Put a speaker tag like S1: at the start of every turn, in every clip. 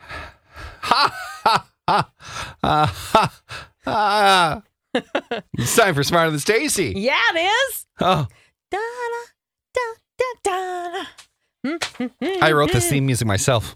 S1: Uh, ha, ha. it's time for Smarter Than Stacy.
S2: Yeah, it is.
S1: Oh,
S2: Da, da, da, da, da.
S1: I wrote this theme music myself.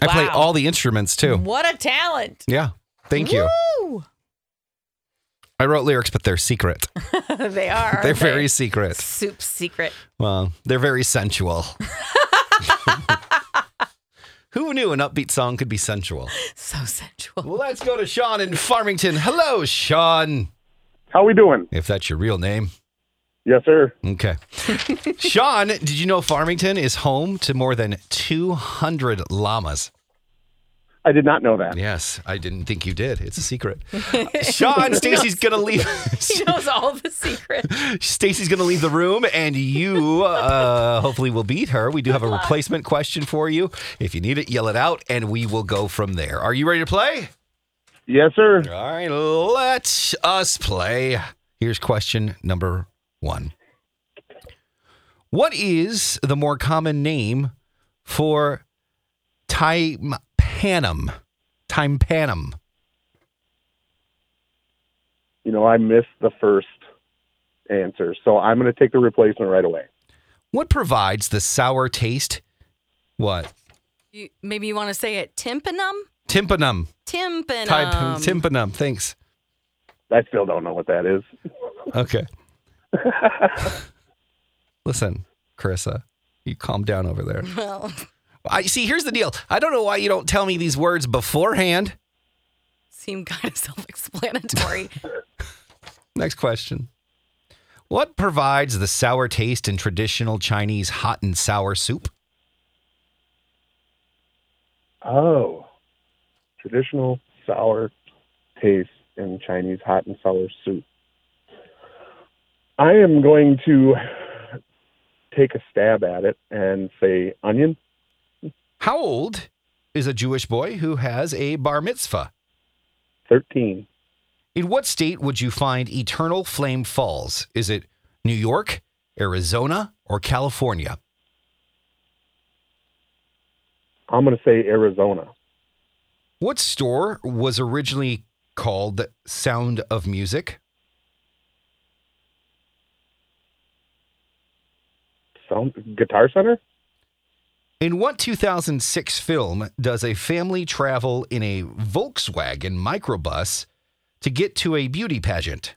S1: I play
S2: Wow.
S1: all the instruments too.
S2: What a talent.
S1: Yeah. Thank you.
S2: Woo!
S1: I wrote lyrics, but they're secret.
S2: they are.
S1: They're
S2: aren't they?
S1: very secret.
S2: soup secret.
S1: Well, they're very sensual. Who knew an upbeat song could be sensual?
S2: So sensual.
S1: Well, let's go to Sean in Farmington. Hello, Sean.
S3: How we doing?
S1: If that's your real name.
S3: Yes, sir.
S1: Okay. Sean, did you know Farmington is home to more than 200 llamas?
S3: I did not know that.
S1: Yes, I didn't think you did. It's a secret. Sean, Stacy's going to leave.
S2: He knows all the secrets.
S1: Stacy's going to leave the room, and you uh, hopefully will beat her. We do have a replacement question for you. If you need it, yell it out, and we will go from there. Are you ready to play?
S3: Yes, sir.
S1: All right, let us play. Here's question number one What is the more common name for tympanum? Tympanum.
S3: You know, I missed the first answer, so I'm going to take the replacement right away.
S1: What provides the sour taste? What?
S4: You, maybe you want to say it tympanum?
S1: Tympanum.
S4: Tympanum.
S1: Type tympanum. Thanks.
S3: I still don't know what that is.
S1: Okay. Listen, Carissa, you calm down over there.
S4: well,
S1: I see. Here's the deal. I don't know why you don't tell me these words beforehand.
S4: seem kind of self-explanatory.
S1: Next question. What provides the sour taste in traditional Chinese hot and sour soup?
S3: Oh, traditional sour taste in Chinese hot and sour soup. I am going to take a stab at it and say onion.
S1: How old is a Jewish boy who has a bar mitzvah?
S3: 13.
S1: In what state would you find Eternal Flame Falls? Is it New York, Arizona, or California?
S3: I'm going to say Arizona.
S1: What store was originally called Sound of Music?
S3: Sound, Guitar Center?
S1: In what 2006 film does a family travel in a Volkswagen microbus to get to a beauty pageant?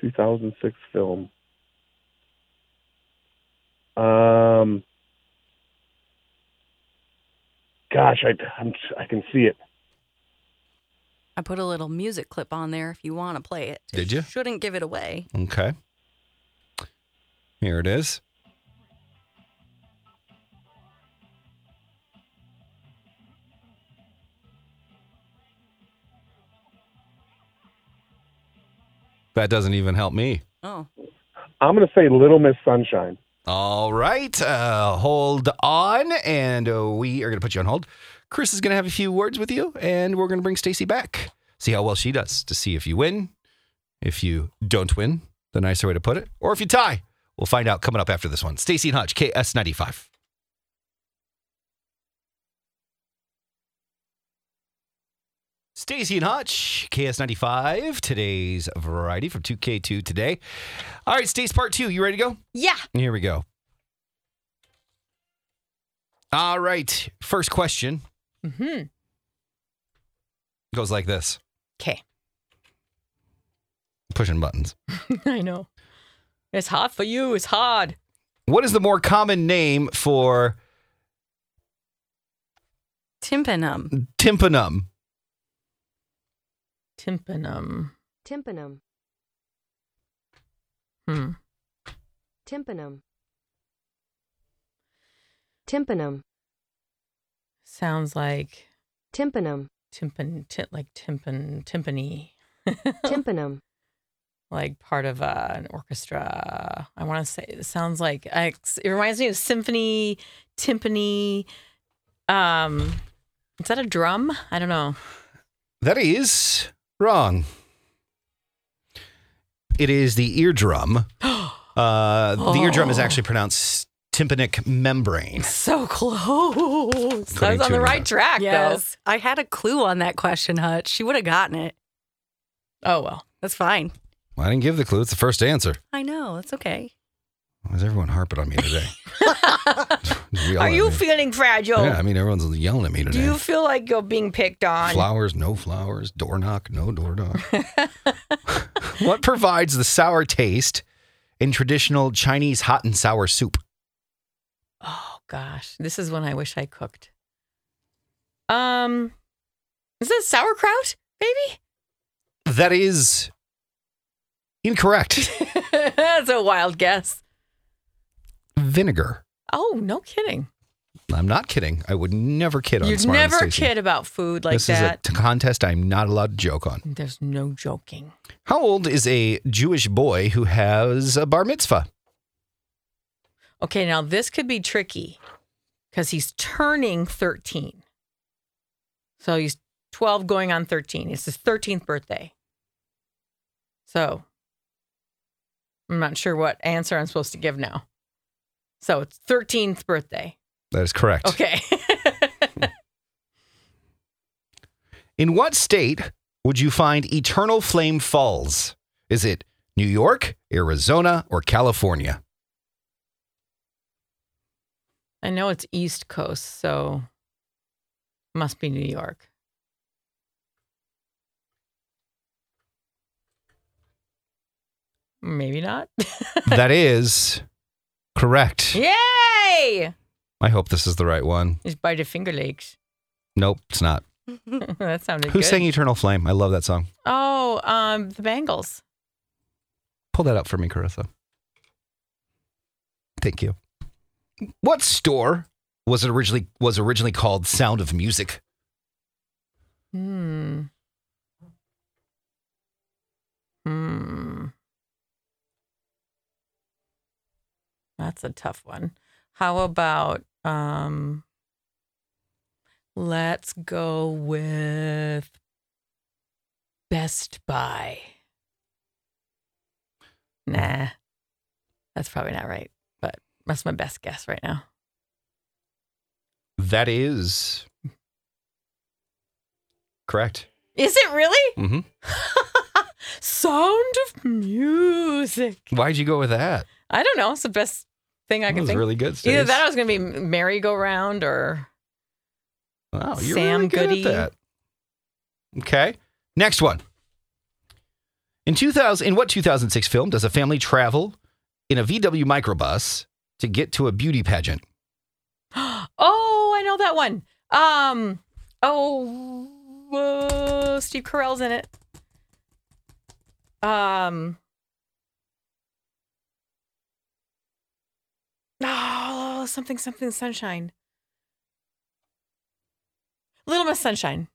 S3: 2006 film. Um, gosh, I, I'm, I can see it.
S4: I put a little music clip on there if you want to play it.
S1: Did you?
S4: Shouldn't give it away.
S1: Okay. Here it is. That doesn't even help me.
S4: Oh,
S3: I'm going to say Little Miss Sunshine.
S1: All right, uh, hold on, and uh, we are going to put you on hold. Chris is going to have a few words with you, and we're going to bring Stacy back. See how well she does to see if you win, if you don't win, the nicer way to put it, or if you tie. We'll find out coming up after this one. Stacy and Hutch, KS ninety five. Stacy and Hutch, KS ninety five. Today's variety from two K two today. All right, Stace, part two. You ready to go?
S2: Yeah.
S1: Here we go. All right. First question
S2: Mm-hmm.
S1: goes like this
S2: Okay.
S1: pushing buttons.
S2: I know. It's hot for you. It's hard.
S1: What is the more common name for
S4: tympanum.
S1: tympanum?
S2: Tympanum.
S5: Tympanum.
S2: Hmm.
S5: Tympanum. Tympanum.
S2: Sounds like
S5: Tympanum.
S2: tympan, t- like tympan, timpani,
S5: Tympanum.
S2: like part of uh, an orchestra. I want to say it sounds like I, it reminds me of symphony, timpani. Um, is that a drum? I don't know.
S1: That is wrong. It is the eardrum. Uh, the eardrum is actually pronounced tympanic membrane.
S2: So close. I was
S1: 22
S2: on
S1: and
S2: the
S1: a
S2: right
S1: half.
S2: track,
S4: Yes. I had a clue on that question, Hutch. She would have gotten it.
S2: though. Oh, well.
S4: That's fine.
S1: Well, I didn't give the clue. It's the first answer.
S4: I know. That's okay.
S1: Why is everyone harping on me today? Just yelling
S2: Are
S1: at
S2: you
S1: me.
S2: feeling fragile?
S1: Yeah, I mean, everyone's yelling at me
S2: Do
S1: today.
S2: you feel like you're being picked on?
S1: Flowers, no flowers. Door knock, no door knock. what provides the sour taste in traditional Chinese hot and sour soup?
S2: Oh gosh, this is when I wish I cooked. Um, is this sauerkraut, baby?
S1: That is incorrect.
S2: That's a wild guess.
S1: Vinegar.
S2: Oh, no kidding.
S1: I'm not kidding. I would never kid on
S2: You'd
S1: Smart and
S2: never
S1: Stacey.
S2: kid about food like
S1: this is a
S2: that.
S1: t- contest I'm not allowed to joke on.
S2: There's no joking.
S1: How old is a Jewish boy who has a bar mitzvah?
S2: Okay, now this could be tricky because he's turning 13. So he's 12 going on 13. It's his 13th birthday. So I'm not sure what answer I'm supposed to give now. So it's 13th birthday.
S1: That is correct.
S2: Okay.
S1: In what state would you find Eternal Flame Falls? Is it New York, Arizona, or California?
S2: I know it's East Coast, so must be New York. Maybe not.
S1: that is correct.
S2: Yay!
S1: I hope this is the right one.
S2: Just bite your finger legs.
S1: Nope, it's not.
S2: that sounded
S1: Who
S2: good.
S1: sang Eternal Flame? I love that song.
S2: Oh, um, the Bangles.
S1: Pull that up for me, Carissa. Thank you. What store was it originally was originally called Sound of Music?
S2: Hmm. Hmm. That's a tough one. How about um let's go with Best Buy. Nah. That's probably not right, but that's my best guess right now.
S1: That is correct.
S2: Is it really?
S1: Mm-hmm.
S2: Sound of music.
S1: Why'd you go with that?
S2: I don't know. It's the best thing I
S1: That
S2: can
S1: was
S2: think.
S1: really good.
S2: Either
S1: Stace.
S2: that or it's going to be merry-go-round or
S1: Wow, Oh, you're
S2: Sam
S1: really good
S2: Goody.
S1: at that. Okay. Next one. In 2000, in what 2006 film does a family travel in a VW microbus to get to a beauty pageant?
S2: oh, I know that one. Um, oh, whoa, Steve Carell's in it. Um, oh, something, something, sunshine. Little Miss Sunshine,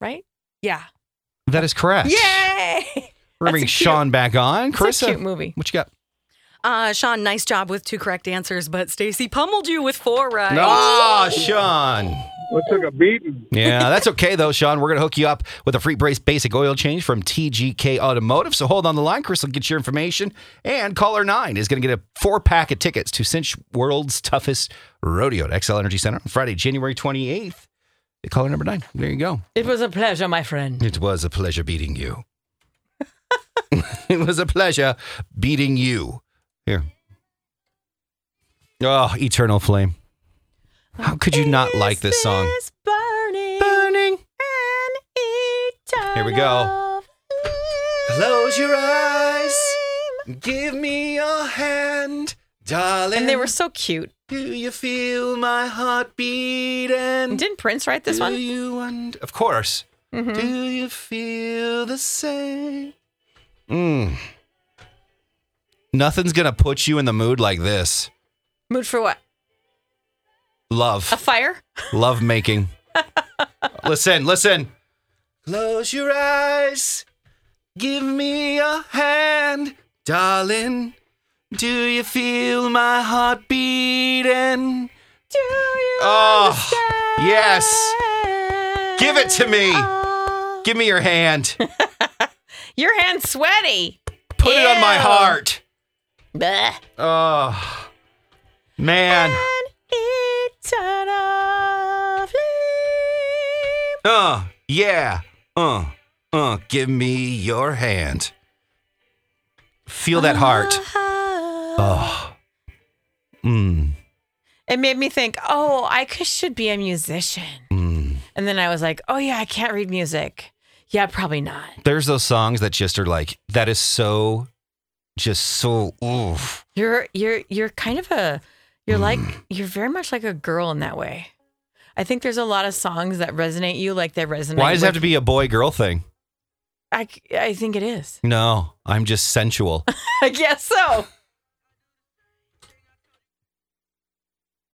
S2: right? Yeah.
S1: That is correct.
S2: Yay!
S1: We're bringing
S2: That's a cute-
S1: Sean back on.
S2: It's a
S1: Carissa,
S2: cute movie.
S1: what you got?
S4: Uh, Sean, nice job with two correct answers, but Stacy pummeled you with four right.
S1: Ah, Sean.
S3: Well, it took a beating.
S1: Yeah, that's okay though, Sean. We're going to hook you up with a free brace basic oil change from TGK Automotive. So hold on the line. Chris will get your information. And caller nine is going to get a four pack of tickets to Cinch World's Toughest Rodeo at XL Energy Center on Friday, January 28th. Caller number nine. There you go.
S2: It was a pleasure, my friend.
S1: It was a pleasure beating you. it was a pleasure beating you. Here. Oh, Eternal Flame. How could you not like this song?
S2: Is burning
S1: Burning.
S2: an
S1: Here we
S2: eternal
S1: Close your eyes. Give me your hand, darling.
S2: And they were so cute.
S1: Do you feel my heart beating?
S2: Didn't Prince write this
S1: Do
S2: one?
S1: you und- of course.
S2: Mhm.
S1: Do you feel the same? Mm. Nothing's gonna put you in the mood like this.
S2: Mood for what? A
S1: Love,
S2: fire?
S1: love making. listen, listen. Close your eyes. Give me a hand, darling. Do you feel my heart beating?
S2: Do you
S1: Oh, yes.
S2: understand?
S1: Give it to me. Give me your hand.
S2: Your hand's sweaty.
S1: Put it on my
S2: Ew.
S1: heart.
S2: Blech.
S1: Oh, Man.
S2: An eternal flame.
S1: Uh, yeah. Uh, uh, give me your hand. Feel that heart. Oh. Mm,
S2: It made me think, oh, I could, should be a musician.
S1: mm.
S2: And then I was like, oh, yeah, I can't read music. Yeah, probably not.
S1: There's those songs that just are like, that is so, just so, oof.
S2: You're you're you're kind of a you're like
S1: Hmm.
S2: you're very much like a girl in that way. I think there's a lot of songs that resonate you like they resonate.
S1: Why does it have to
S2: with-
S1: be a boy girl thing?
S2: I I think it is.
S1: No, I'm just sensual.
S2: I guess so.